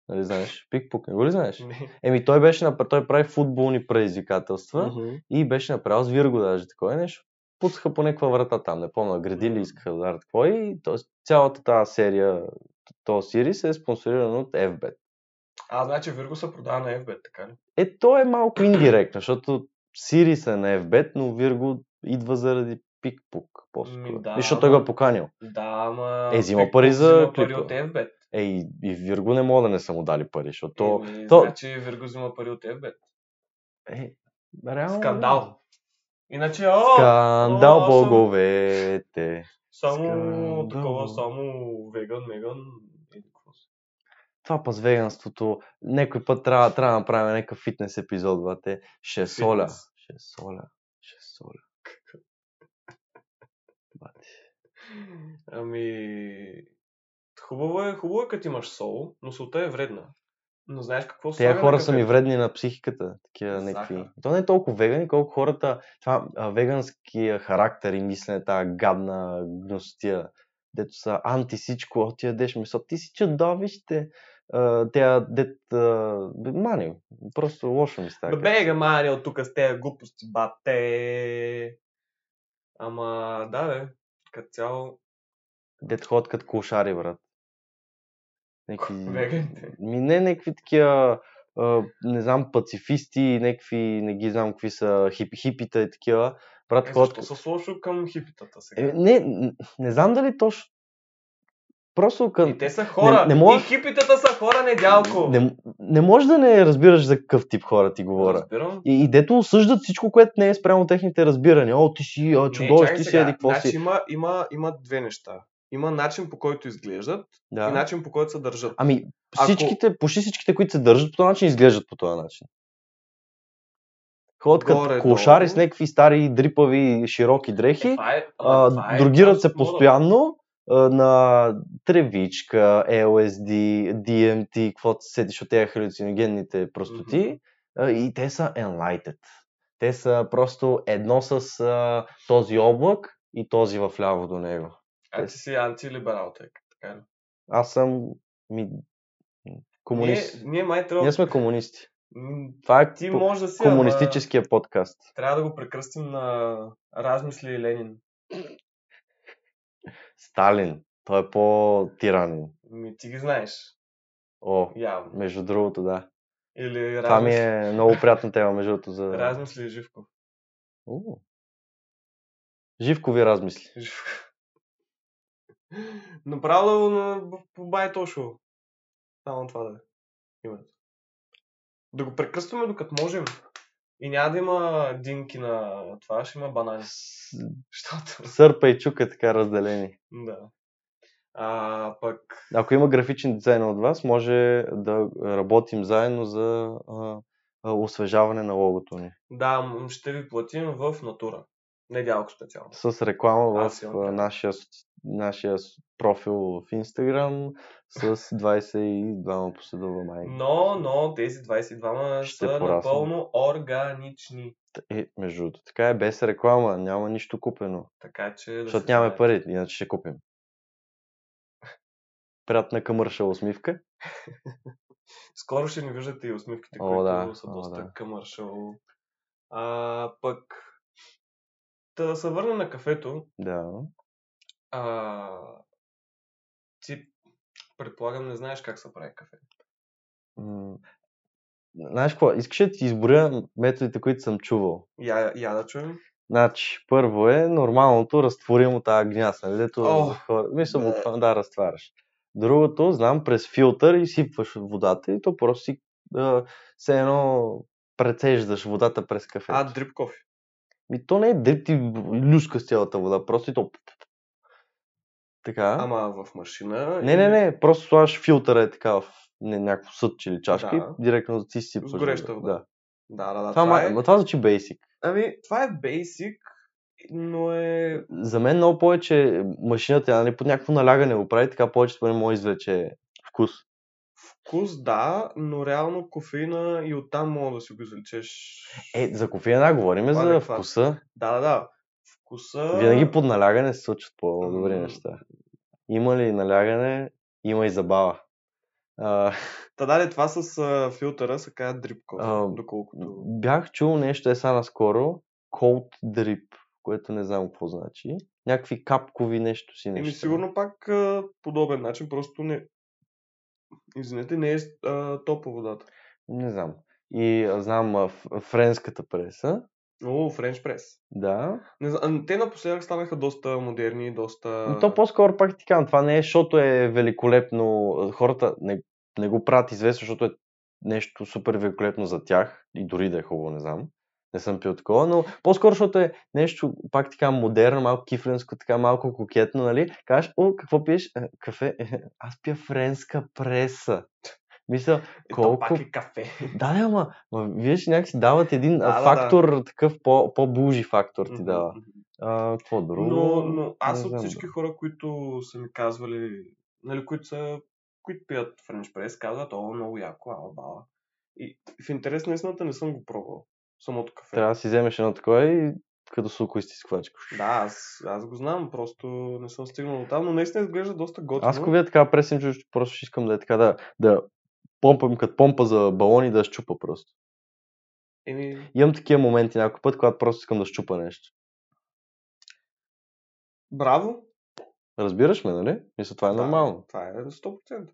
B: Нали знаеш? Пикпук, не го ли знаеш?
A: момента. Не.
B: Еми той беше направ... той прави футболни предизвикателства
A: Мгм.
B: и беше направил с Вирго даже такова нещо. Пуцаха по някаква врата там, не помня, градили искаха да ударят какво и т.е. цялата тази серия, този сирис е спонсориран от FBET.
A: А, значи Вирго се продава на FB, така ли?
B: Е, то е малко индиректно, защото Сирис е на FBET, но Вирго идва заради пикпук. По-скоро.
A: Ми да,
B: И защото той го
A: ама-
B: е поканил.
A: Да, ама...
B: Е, взима
A: Пик-
B: пари за
A: взима пари
B: клипа.
A: от FB.
B: Е, и, и Вирго не мога да не са му дали пари, защото... то-
A: Еми,
B: то-
A: Значи Вирго взима пари от FB.
B: Е, реално...
A: Скандал. Иначе, о,
B: Скандал,
A: О, аз съм-
B: боговете.
A: само
B: скандал.
A: такова, само веган, меган. еди какво си.
B: Това па с веганството, някой път трябва, трябва да направим някакъв фитнес епизод, бате. Ще
A: Фитнес.
B: соля. Ще соля. Ще соля. Бате.
A: Ами... Хубаво е, хубаво е като имаш сол, но солта е вредна. Но знаеш какво
B: Тези
A: слага
B: хора
A: на
B: са ми
A: кафето?
B: вредни на психиката. Такива някакви.
A: Захар.
B: То не е толкова вегани, колко хората. Това а, веганския характер и мислене, тази гадна гнусотия, дето са анти всичко, о, ти ядеш месо, ти си чудовище. А, Тя, дет, а, бе, мани, просто лошо ми става.
A: Бе, бега, мани, от тук с тези глупости, бате. Ама, да, бе. Като цяло,
B: Дет ходят като клошари, брат. Някакви...
A: веганите.
B: Ми не някакви такива, а, не знам, пацифисти, някакви, не ги знам какви са, хип, хипите и такива. Брат,
A: Е,
B: ходят
A: защо са лошо към хипитата сега?
B: Е, не, н- не знам дали точно. Просто към...
A: И те са хора.
B: не
A: Не,
B: мога-
A: И хипитата са хора, недялко.
B: не, не може да не разбираш за какъв тип хора ти говоря.
A: Разбирам.
B: И, и дето осъждат всичко, което не е спрямо техните разбирания. О, ти си а, чудовище,
A: чакай
B: ти си
A: сега.
B: еди какво
A: значи
B: си.
A: Има, има, има две неща. Има начин по който изглеждат да. и
B: Да.
A: начин по който се държат.
B: Ами,
A: Ако-
B: всичките, почти всичките, които се държат по този начин, изглеждат по този начин. Ходят като
A: Горе-долу.
B: клошари с някакви стари, дрипави, широки дрехи.
A: това е, ама това
B: а, другират
A: просто
B: се
A: мода.
B: постоянно а, на тревичка, LSD, DMT, какво се сетиш от тези халюциногенните простоти.
A: Мгм.
B: А, и те са enlightened. Те са просто едно с а, този облак и този в ляво до него.
A: А Е, ти си антилиберал, тъй като така. ли?
B: Аз съм ми, комунист.
A: Ние, ние май трябва
B: Ние сме комунисти.
A: М,
B: Това е
A: Ти
B: по-
A: може да си, ама
B: комунистическия подкаст.
A: трябва да го прекръстим на Размисли и Ленин.
B: Сталин. Той е по-тиранен.
A: Ми, ти ги знаеш,
B: О,
A: явно.
B: между другото, да.
A: Или
B: Това ми
A: размисли,
B: е много приятна тема, между другото. За...
A: размисли и Живко.
B: У. Живкови размисли.
A: Живко. Направо на, по Байтошо. Само това да е. Името. Да го прекръстваме докато можем. И няма да има динки на това, ще има банани.
B: С-
A: Защото...
B: Сърпа и чука е така разделени.
A: Да. А пък
B: Ако има графичен дизайн от вас, може да работим заедно за а, а, освежаване на логото ни.
A: Да, м, ще ви платим в натура. Недялко специално.
B: С реклама
A: А,
B: в
A: сигурно.
B: а, нашия, соци- нашия с- профил в Instagram с 22 последователи.
A: Но, но тези 22
B: Ще
A: са
B: порасна.
A: напълно органични.
B: Е, между другото, така е, без реклама, няма нищо купено.
A: Така че... Да
B: Защото
A: се
B: нямаме
A: знае.
B: пари, иначе ще купим. Приятна къмърша усмивка.
A: Скоро ще ни виждате и усмивките,
B: О,
A: които
B: да,
A: са
B: о,
A: доста
B: да.
A: къмършал. А пък... Та да се върна на кафето.
B: Да.
A: А, ти предполагам не знаеш как се прави кафе.
B: М, Знаеш какво? Искаш да ти изборя методите, които съм чувал.
A: Я, я да чуем.
B: Значи, първо е нормалното разтворимо тази гняз, нали? Дето
A: О,
B: за хора... Мисля,
A: да.
B: буквално да разтваряш. Другото, знам, през филтър и сипваш водата и то просто си а, все едно прецеждаш водата през кафето.
A: А, дрип кофе.
B: И то не е дрип, ти люска с цялата вода, просто и то... Така.
A: Ама в машина.
B: Не,
A: или
B: не, не, просто слагаш филтъра е така в не, някакво съдче или чашка
A: Да.
B: и директно ти сипваш.
A: С гореща вода.
B: Да.
A: Да, да, да.
B: Това,
A: Това
B: това,
A: е...
B: това звучи basic.
A: Ами, това е basic, но е...
B: за мен много повече машината, нали, под някакво налягане го прави, така повече според мен може да извлече вкус.
A: Вкус, да, но реално кофеина и оттам мога да си го извлечеш.
B: Е, за кофеина да говорим
A: Това не
B: за
A: е факт.
B: вкуса.
A: Да, да, да. Вкуса...
B: Винаги под налягане се случват по-добри
A: М.
B: неща. Има ли налягане, има и забава. А,
A: Та да, това с а, филтъра се казва дрип кофе,
B: А,
A: доколкото...
B: бях чул нещо е сега наскоро, cold drip, което не знам какво значи. Някакви капкови нещо си неща.
A: Еми, сигурно пак а, подобен начин, просто не... Извинете, не е а, топла водата.
B: Не знам. И а, знам а, ф- френската преса.
A: О, френч прес.
B: Да.
A: Не, зна- а, те напоследък станаха доста модерни, и доста...
B: Но то по-скоро пак ти казвам, това не е, защото е великолепно. Хората не, не го правят известно, защото е нещо супер великолепно за тях. И дори да е хубаво, не знам. Не съм пил такова, но по-скоро, защото е нещо, пак така, модерно, малко кифленско, така малко кокетно, нали? Кажеш, о, какво пиеш? Е, Кафе? Е, Аз пия френска преса. Мисля,
A: Е, то
B: колко...
A: пак е кафе.
B: Да, да, ама, ма, вие ще някакси дават един
A: Да, да,
B: а,
A: да.
B: фактор, такъв по, по-бужи фактор ти дава.
A: Мгм.
B: А, какво друго?
A: Но, но аз
B: Не
A: от
B: знам,
A: всички хора, които са ми казвали, нали, които, са, които пият френч прес, казват, о, много яко, ала бала. И в интерес на истината не съм го пробвал. Самото кафе.
B: Трябва да си вземеш едно такова и като суко изтисквачка.
A: Да, аз, аз го знам, просто не съм стигнал до там, но наистина изглежда доста готино.
B: Аз ако видя така пресен чуш, просто ще искам да е така да, да помпам като помпа за балони да я щупа просто.
A: Еми,
B: Имам такива моменти някой път, когато просто искам да щупа нещо.
A: браво!
B: Разбираш ме, нали? Мисля, това е
A: Да.
B: нормално.
A: Това е 100%.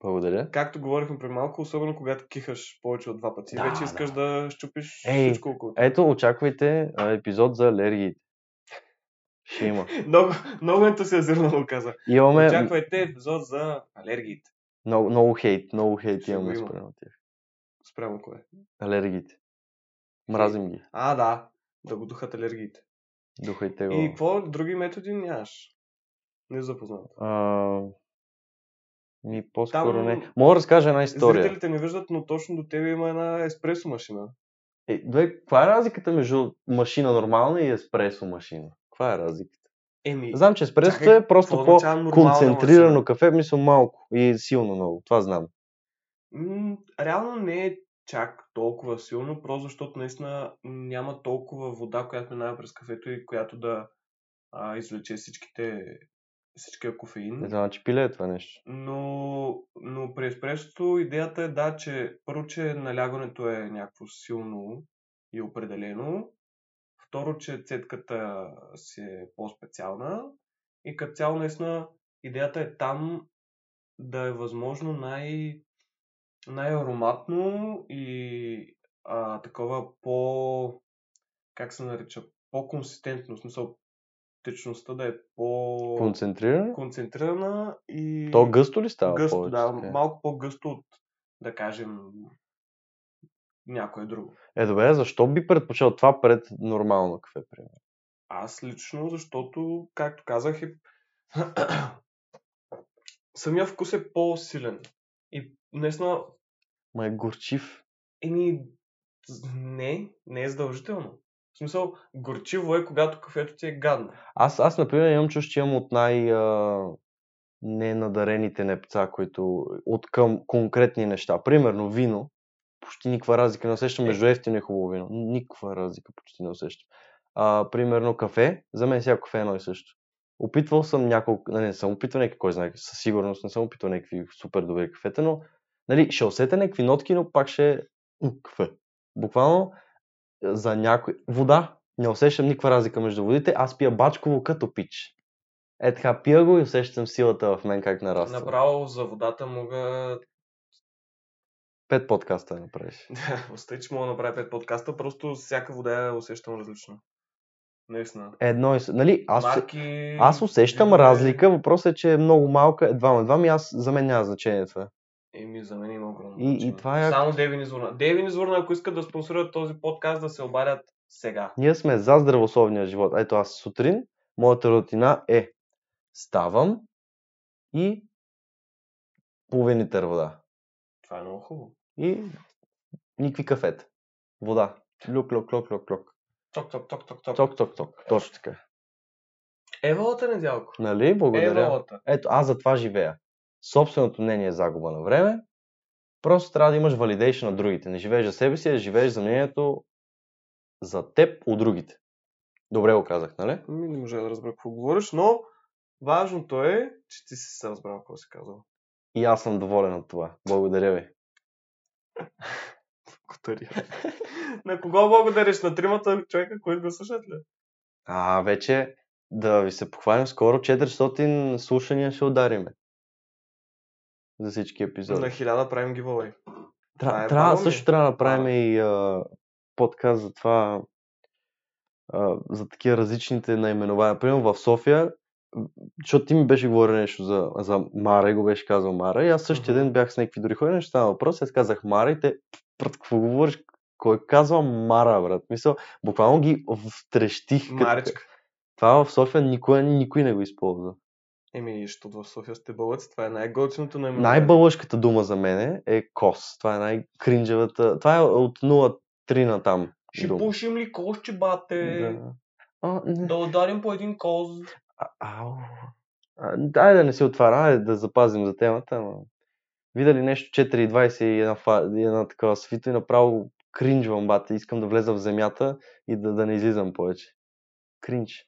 B: Благодаря.
A: Както говорихме преди малко, особено когато кихаш повече от два пъти,
B: Да,
A: вече искаш да, щупиш
B: Ей,
A: всичко около.
B: Ето, очаквайте а, епизод за алергиите. Ще има.
A: Много, много ентусиазирно го каза.
B: Имаме
A: Очаквайте епизод за алергиите.
B: много, много хейт, много хейт
A: Ще го
B: имаме
A: има.
B: спрямо тях.
A: Спрямо кое?
B: Алергиите.
A: Е,
B: Мразим ги.
A: А, да. Да го духат алергиите.
B: Духайте го.
A: И какво други методи нямаш? Не е запознавам.
B: А, ми по-скоро
A: Там-
B: не. Мога да разкажа една история.
A: Зрителите не виждат, но точно до тебе има една еспресо машина.
B: Е, добре, каква е разликата между машина нормална и еспресо машина? Каква е разликата?
A: Еми,
B: Знам, че еспресото
A: Чакай,
B: е просто
A: какво означава нормална
B: по-концентрирано
A: машина?
B: кафе, мисля малко и силно много. Това знам.
A: м, реално не е чак толкова силно, просто защото наистина няма толкова вода, която минава през кафето и която да а, извлече всичките всичкия кофеин.
B: Не знам, че пиле е това нещо.
A: Но, но при еспресото идеята е да, че първо, че налягането е някакво силно и определено. Второ, че цетката си е по-специална. И като цяло, наистина, идеята е там да е възможно най- най-ароматно и а, такова по... как се нарича? По-консистентно, в смисъл течността да е по...
B: Концентриране?
A: концентрирана и
B: То гъсто ли става
A: гъсто,
B: повече?
A: да,
B: така?
A: малко по-гъсто от, да кажем, някое друго.
B: Е, добре, защо би предпочел това пред нормално кафе, примерно?
A: Аз лично, защото, както казах, е... самия вкус е по-силен. И наистина,
B: Ма е горчив.
A: еми, з- не, не е задължително. В смисъл, горчиво е, когато кафето ти е гадно.
B: Аз, аз например, имам чувство, че имам от най- а... ненадарените непца, които от към конкретни неща. Примерно вино. Почти никаква разлика не усещам между ефтино и хубаво вино. Никаква разлика почти не усещам. А, примерно кафе. За мен всяко кафе е едно и също. Опитвал съм няколко... нали, Не, не съм опитвал някакви, кой знае, със сигурност не съм опитвал някакви супер добри кафета, но нали, ще усетя някакви нотки, но пак ще е м, кафе. Буквално е, за някой... Вода. Не усещам никаква разлика между водите. Аз пия бачково като пич. Е така, пия го и усещам силата в мен как нараства.
A: Направо за водата мога...
B: Пет подкаста направиш.
A: Остай, че мога да направя пет подкаста, просто всяка вода я усещам различно. Наистина.
B: Едно и... с- Нали, аз, Марк,
A: марки.
B: аз усещам
A: видове.
B: разлика, въпросът е, че е много малка, едва едва ми, аз за мен няма значение това.
A: Еми, за мен има огромно.
B: И- и
A: значение.
B: това е-
A: Само Девин Изурна. Девин Изурна, ако искат да спонсорират този подкаст, да се обадят сега.
B: Ние сме за здравословния живот. Ето аз сутрин, моята рутина е ставам и половин литър вода.
A: Това е много хубаво.
B: И никакви кафета. Вода. Люк, люк, люк, люк, люк.
A: Ток, ток, ток, ток, ток.
B: Ток, ток, ток. Точно така.
A: Евалата недялко. Е,
B: Нали? Благодаря.
A: Евалата.
B: Ето, аз за това живея. Собственото мнение е загуба на време. Просто трябва да имаш validation на другите. Не живееш за себе си, а живееш за мнението за теб от другите. Добре го казах, нали?
A: Ми не може да разбера какво говориш, но важното е, че ти си се разбрал какво си казал.
B: И аз съм доволен от това. Благодаря ви.
A: Благодаря. на кого благодариш? На тримата човека, които го слушат ли?
B: А, вече да ви се похвалим, скоро 400 слушания ще удариме. За всички епизоди.
A: На хиляда правим гиволей. това
B: Тра,
A: е
B: трябва,
A: вално ли?
B: също трябва да направим и а, подкаст за това, а, за такива различните наименования. Примерно в София, м, защото ти ми беше говорил нещо за, за Мара и го беше казал Мара и аз същия
A: Мгм.
B: ден бях с някакви други хора, нещо стана въпрос, аз казах Мара и те, пред какво говориш? Кой казва Мара, брат? Мисъл, буквално ги втрещих. като-
A: Маричка.
B: Това в София никой, никой не го използва.
A: Еми, защото в София сте бълъци, това е най-готиното на
B: Най-бълъшката дума за мен е кос. Това е най-кринжевата. Това е от 0-3 на там.
A: Ще
B: дума.
A: пушим ли кошче, бате?
B: Да. А, не.
A: Да ударим по един коз.
B: А, ау. А, Дай да не се отваря, айде да запазим за темата. Ама... Видя ли нещо 4.20 и една, фа... и една такава свита и направо кринжвам, бата. Искам да влеза в земята и да, да не излизам повече. Кринж,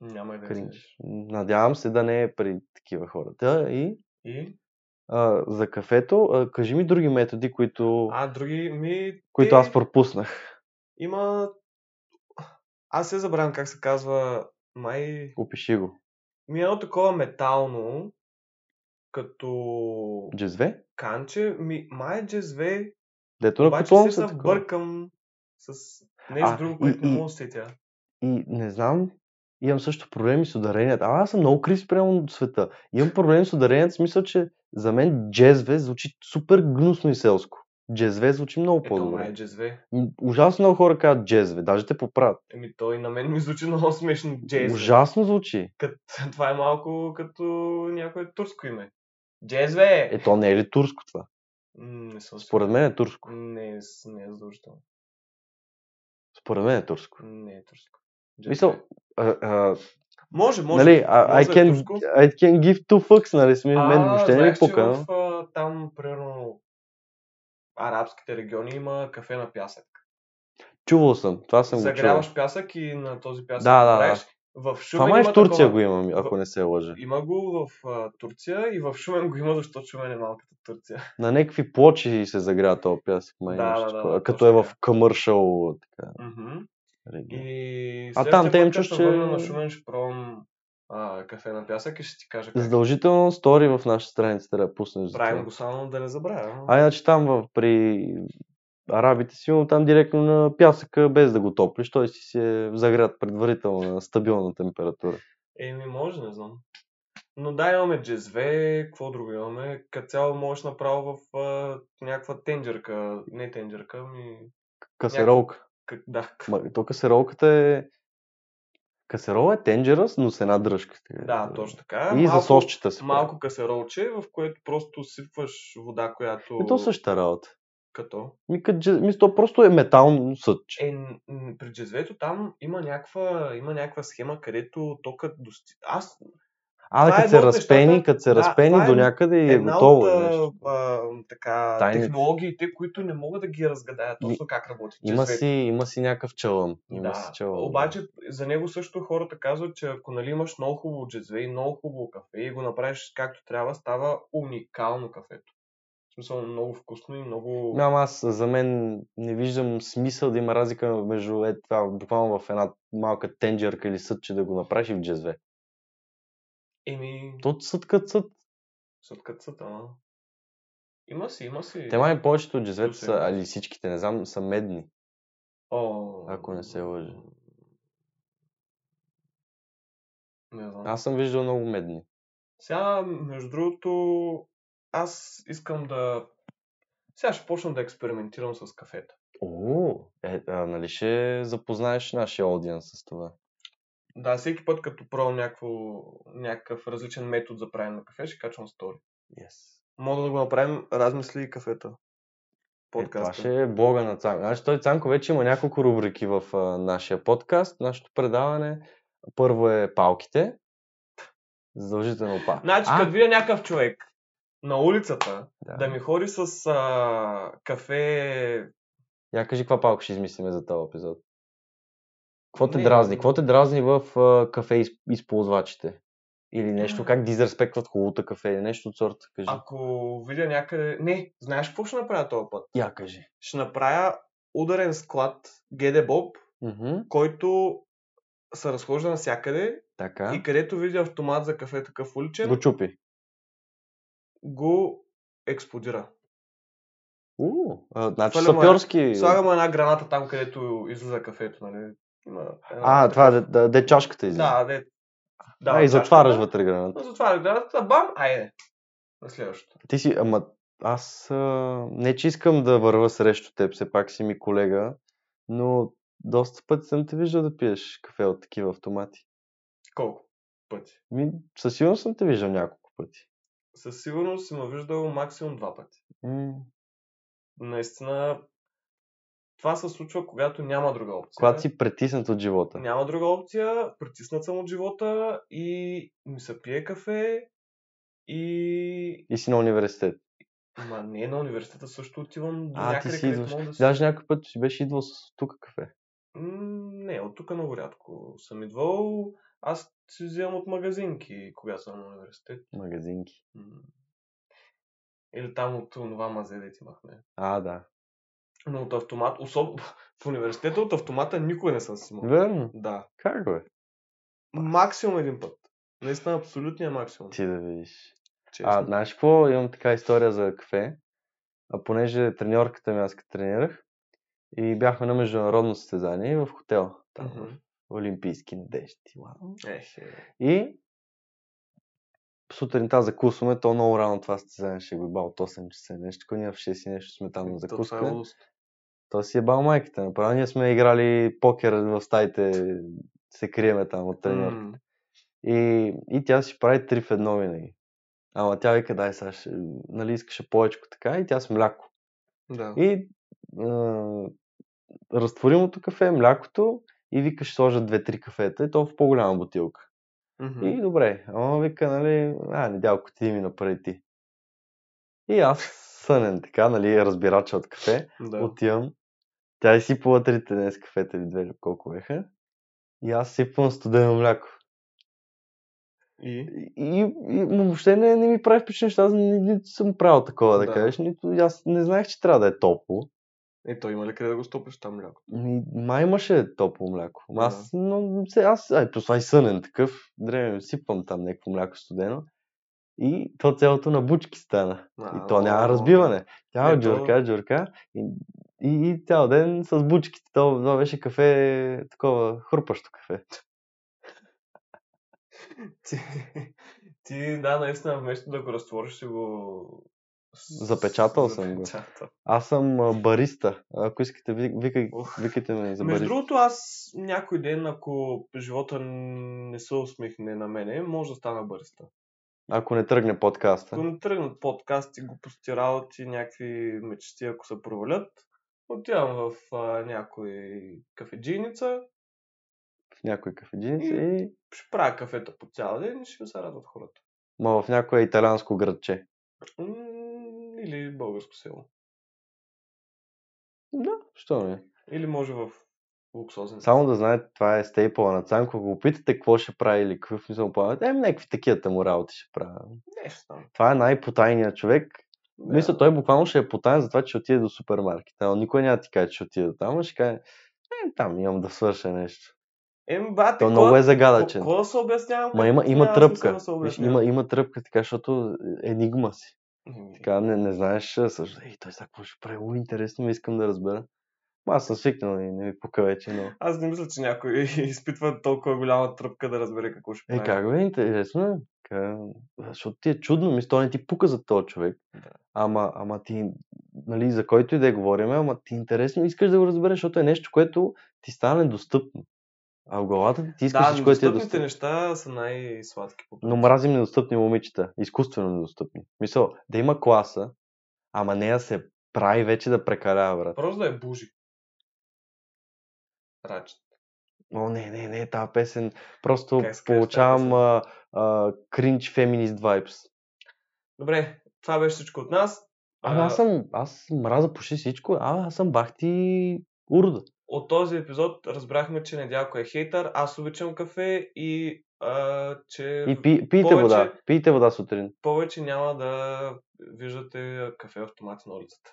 A: Няма и да излезеш.
B: кринж. Надявам се да не е при такива хора. Да, и
A: И?
B: а, за кафето, а, кажи ми други методи, които,
A: А, други ми...
B: които
A: те
B: аз пропуснах.
A: Има... Аз се забравям как се казва... Май...
B: Опиши го.
A: Ми е едно такова метално, като
B: Джезве?
A: канче. Ми... Май е джезве,
B: Дето на
A: обаче
B: кутон
A: се
B: са такова.
A: събъркам с нещо
B: А,
A: друго,
B: и-
A: което не
B: и-
A: мога да сетя.
B: И не знам, имам също проблеми с ударенията. А, аз съм много крис прямо от света. Имам проблеми с ударенията, в смисъл, че за мен джезве звучи супер гнусно и селско. Джезве звучи много
A: Ето май е
B: по-добре.
A: джезве.
B: М, Ужасно много хора казват джезве, даже те поправят.
A: Еми той на мен ми звучи много смешно джезве.
B: Ужасно звучи.
A: Кът... Това е малко като някое турско име. Джезве!
B: Е, то не е ли турско това?
A: М, Не съм
B: Според мен е турско.
A: сигурен. Не, е с- не е задължително.
B: Според мен е турско.
A: Не е турско. Джезве.
B: Мисъл, а, а,
A: Може, може.
B: нали, а, I,
A: може да е
B: can,
A: турско.
B: I can give two fucks, нали, сме, мен въобще не ми
A: знаеш, че
B: пука.
A: В, а, там, примерно, арабските региони има кафе на пясък.
B: Чувал съм, това съм го чувал.
A: Загряваш пясък и на този пясък
B: Да, да,
A: правиш. В Шумен
B: Това май
A: има
B: в Турция
A: такова.
B: го имам, ако не се лъжа.
A: Има го в а, Турция и в Шумен го има, защото Шумен е малката Турция.
B: На някакви плочи се загря този пясък, май
A: Да,
B: нещо
A: да, да,
B: такова.
A: да,
B: Като
A: точно
B: е в нали.
A: така.
B: комършъл така,
A: Мгм.
B: регион.
A: И
B: А
A: следващия
B: там те им
A: път, като
B: чуш,
A: се върна
B: че-
A: на Шумен ще пробвам а, кафе на пясък и ще ти кажа как.
B: Задължително стори в нашата страница трябва да пуснеш за
A: Правим
B: това.
A: го само да не забравя.
B: А иначе там в, при арабите сигурно там директно на пясъка, без да го топлиш, той си си е загрят предварително на стабилна температура.
A: Еми, може, не знам. Но да, имаме джезве, какво друго имаме. Като цяло можеш направо в а, някаква тенджерка. Не тенджерка, ми...
B: Касеролка.
A: Как, да, к-
B: Ма, то касеролката е... Касерола е тенджера, но с една дръжка. нали.
A: да, точно така.
B: И за сосчета си. прави.
A: малко касеролче, в което просто сипваш вода, която...
B: Е, то същата работа.
A: Като...
B: Ми, като дже- ми, то просто е метално съдче.
A: Е, н- н- при джезвето там има някаква, има някаква схема, където токът дости... Аз
B: А,
A: това е
B: като се
A: едно от
B: разпени,
A: нещата-
B: като се
A: да,
B: разпени
A: това е
B: до някъде и е
A: една
B: готово. е
A: от
B: нещо.
A: а, а, така,
B: Тайните.
A: технологиите, които не мога да ги разгадая
B: Ми-
A: точно как работи
B: Има
A: джезвето.
B: си, има си някакъв чалъм. Има
A: Да,
B: си чалъм.
A: обаче за него също хората казват, че ако нали имаш много хубаво джезве и много хубаво кафе и го направиш както трябва, става уникално кафето. В смисъл много вкусно и много...
B: Ами, Ама аз за мен не виждам смисъл да има разлика между е, това, буквално в една малка тенджерка или съд, че да го направиш и в джезве.
A: Еми,
B: То съд като съд.
A: съткът ама. Има си, има си.
B: Те май повечето от джезвета
A: Плюс
B: са,
A: едно.
B: али всичките, не знам, са медни.
A: О,
B: ако не се лъжа.
A: Не знам.
B: Аз съм виждал много медни.
A: Сега, между другото, аз искам да... Сега ще почна да експериментирам с кафета.
B: О, е, а, нали ще запознаеш нашия аудиенс с това?
A: Да, всеки път, като пробвам някакво, някакъв различен метод за правене на кафе, ще качвам стори.
B: Yes.
A: Мога да го направим размисли и кафета.
B: Е, това
A: Подкаста.
B: ще е блога на Цанко. Значи той Цанко вече има няколко рубрики в а, нашия подкаст, нашето предаване. Първо е палките. Задължително пак.
A: Значи,
B: а,
A: като видя някакъв човек на улицата
B: да.
A: да ми ходи с а, кафе...
B: Я кажи каква палка ще измислиме за този епизод. Какво те
A: Не,
B: дразни?
A: не.
B: Какво те дразни в а, кафе из- използвачите? Или нещо, как дизреспектват хубавото кафе, или нещо от сорта, кажи.
A: Ако видя някъде... Не, знаеш какво ще направя този път?
B: Я кажи.
A: Ще направя ударен склад GD Боб,
B: Мгм,
A: който се разхожда навсякъде
B: така.
A: и където видя автомат за кафе такъв уличен,
B: Го
A: го,
B: чупи.
A: експлодира.
B: У, а, значи
A: Сваля му я.
B: сапьорски.
A: Слагам една граната там, където излиза кафето, нали? Има една
B: А, това е де, де, де чашката излиза.
A: Да, де... да
B: а, и
A: чашката.
B: затваряш вътре граната.
A: Затваря граната, бам, айде. На следващото.
B: Ти си, ама аз а, не че искам да върва срещу теб, все пак си ми колега, но доста пъти съм те виждал да пиеш кафе от такива автомати.
A: Колко пъти?
B: Ми, със сигурност съм те виждал няколко пъти.
A: Със сигурност съм я виждал максимум два пъти.
B: М,
A: Наистина, това се случва, когато няма друга опция.
B: Когато си претиснат от живота.
A: Няма друга опция, притиснат съм от живота и ми се пие кафе и...
B: И си на университет.
A: Ма не, на университета също отивам до
B: А, ти
A: някъде,
B: си
A: където
B: идваш.
A: мога да си...
B: Даже някой път си беше идвал с тук кафе.
A: М, Не, от тук много рядко съм идвал. Аз си взимам от магазинки, когато съм на университет.
B: Магазинки.
A: М. Или там от това мазе, дете имахме.
B: А, да.
A: Но от автомат, особено в университета от автомата никога не съм си имал.
B: Верно.
A: Да.
B: Как бе?
A: Максимум един път. Наистина абсолютния максимум.
B: Ти да видиш.
A: Честно.
B: А, знаеш какво? Имам така история за кафе. А понеже треньорката ми аз като тренирах и бяхме на международно състезание в хотел. Там,
A: Мгм.
B: в Олимпийски надежди. Вау.
A: Ех, е.
B: И сутринта закусваме, то много рано това състезание ще го е бал от 8 часа нещо, такова, ние в 6 и нещо сме там на
A: То това е
B: закуска.
A: лудост.
B: Той си е бал майката. Направо ние сме играли покер в стаите, се криеме там от треньор.
A: М.
B: И, и тя си прави три в едно винаги. Ама тя вика, дай сега, ще, нали искаше повече така и тя с мляко.
A: Да.
B: И а, разтворимото кафе, млякото и вика, ще сложа две-три кафета и то в по-голяма бутилка.
A: Мгм.
B: И добре, ама вика, нали, а, недялко ти ми направи ти. И аз сънен така, нали, разбирача от кафе
A: Да.
B: отивам. Тя е сипала трите днес кафета или две, или колко беха. И аз сипвам студено мляко.
A: И
B: И, и но въобще не, не ми прави впечатление, защото аз не, нито съм правил такова, да,
A: Да.
B: кажеш, нито аз не знаех, че трябва да е топло.
A: е, той има ли къде да го стопиш там мляко?
B: Ми, май имаше топло мляко. Ама Аз, но, се, аз, ай, плюс това и сънен такъв, древен, сипвам там някакво мляко студено. И то цялото на бучки стана. И то няма
A: Ау.
B: разбиване. Тя
A: Не, то-
B: джурка, джурка. И, и, и цял ден с бучките. То, това беше кафе, такова хрупащо кафе.
A: Ти, ти, да, наистина, вместо да го разтвориш, си го... с-
B: Запечатал съм го.
A: запечатал.
B: Аз съм а, бариста. Ако искате, ви- викай,
A: Ух.
B: викайте ме
A: Между
B: за бариста.
A: другото, аз някой ден, ако живота не се усмихне на мене, може да стана бариста.
B: Ако не тръгне
A: Ако
B: подкаста.
A: не тръгнат подкасти, глупости, работи, някакви мечти, ако се провалят, отивам в а, някой кафеджийница,
B: В някои кафединици и...
A: ще правя кафета по цял ден и ще се радват хората.
B: Ма в някое италянско градче.
A: М, Или българско село.
B: Да, що не.
A: Или може в луксозен.
B: Само да знаете, това е стейпъла на Цанко. Ако го питате какво ще прави или какъв смисъл планът, е, някакви такива му работи ще правя.
A: Нещо там.
B: Това е най-потайният човек.
A: Да.
B: Мисля, той буквално ще е потаен за това, че ще отиде до супермаркета. Но никой няма да ти каже, че ще отиде там, а ще каже, е, там имам да свърша нещо.
A: Ем, бате,
B: То много е загадъчен.
A: Какво да се обяснявам?
B: Ма
A: като
B: има,
A: няма
B: има
A: смисъл
B: тръпка.
A: да се
B: Виж,
A: обяснявам.
B: има, има тръпка, така, защото е- енигма си.
A: Еми,
B: Така, не, не знаеш, а, също, ей, той сега какво ще прави, О, интересно ми искам да разбера. Ма, аз съм свикнал и не ми пука вече, но...
A: Аз не мисля, че някой изпитва толкова голяма тръпка да разбере какво ще прави.
B: Е, как бе, интересно е. Ка... Защото ти е чудно, ми то не ти пука за този човек.
A: Да.
B: Ама, ама ти, нали, за който и да говорим, ама ти интересно искаш да го разбереш, защото е нещо, което ти стане достъпно. А в главата ти, ти искаш
A: да,
B: всичко, което ти е
A: недостъпните
B: достъпно.
A: неща са най-сладки. по
B: Но
A: принцип.
B: мразим недостъпни момичета, изкуствено недостъпни. Мисъл, да има класа, ама нея се прави вече да прекалява, брат.
A: Просто да е бужи. Рачет.
B: О, не, не, не, тази песен. Просто
A: Как се казва
B: получавам
A: тази
B: а, а, cringe feminist vibes.
A: Добре, това беше всичко от нас.
B: А, аз съм, аз мраза почти всичко. А, аз съм бахти урда.
A: От този епизод разбрахме, че Недялко е хейтър, аз обичам кафе и а, че
B: И пи, пийте
A: повече-
B: вода. Пийте вода сутрин.
A: повече няма да виждате кафе автомати на улицата.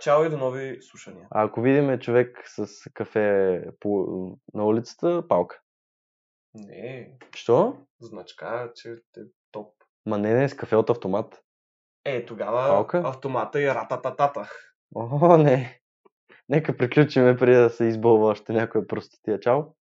A: Чао и до нови слушания.
B: А ако видим човек с кафе по, на улицата, палка.
A: Не,
B: Що?
A: значка, че е топ.
B: Ма не, не, с кафе от автомат.
A: Е, тогава
B: Палка?
A: автомата и ратататата.
B: О, не. Нека приключиме преди да се избълва още някоя простотия. Чао.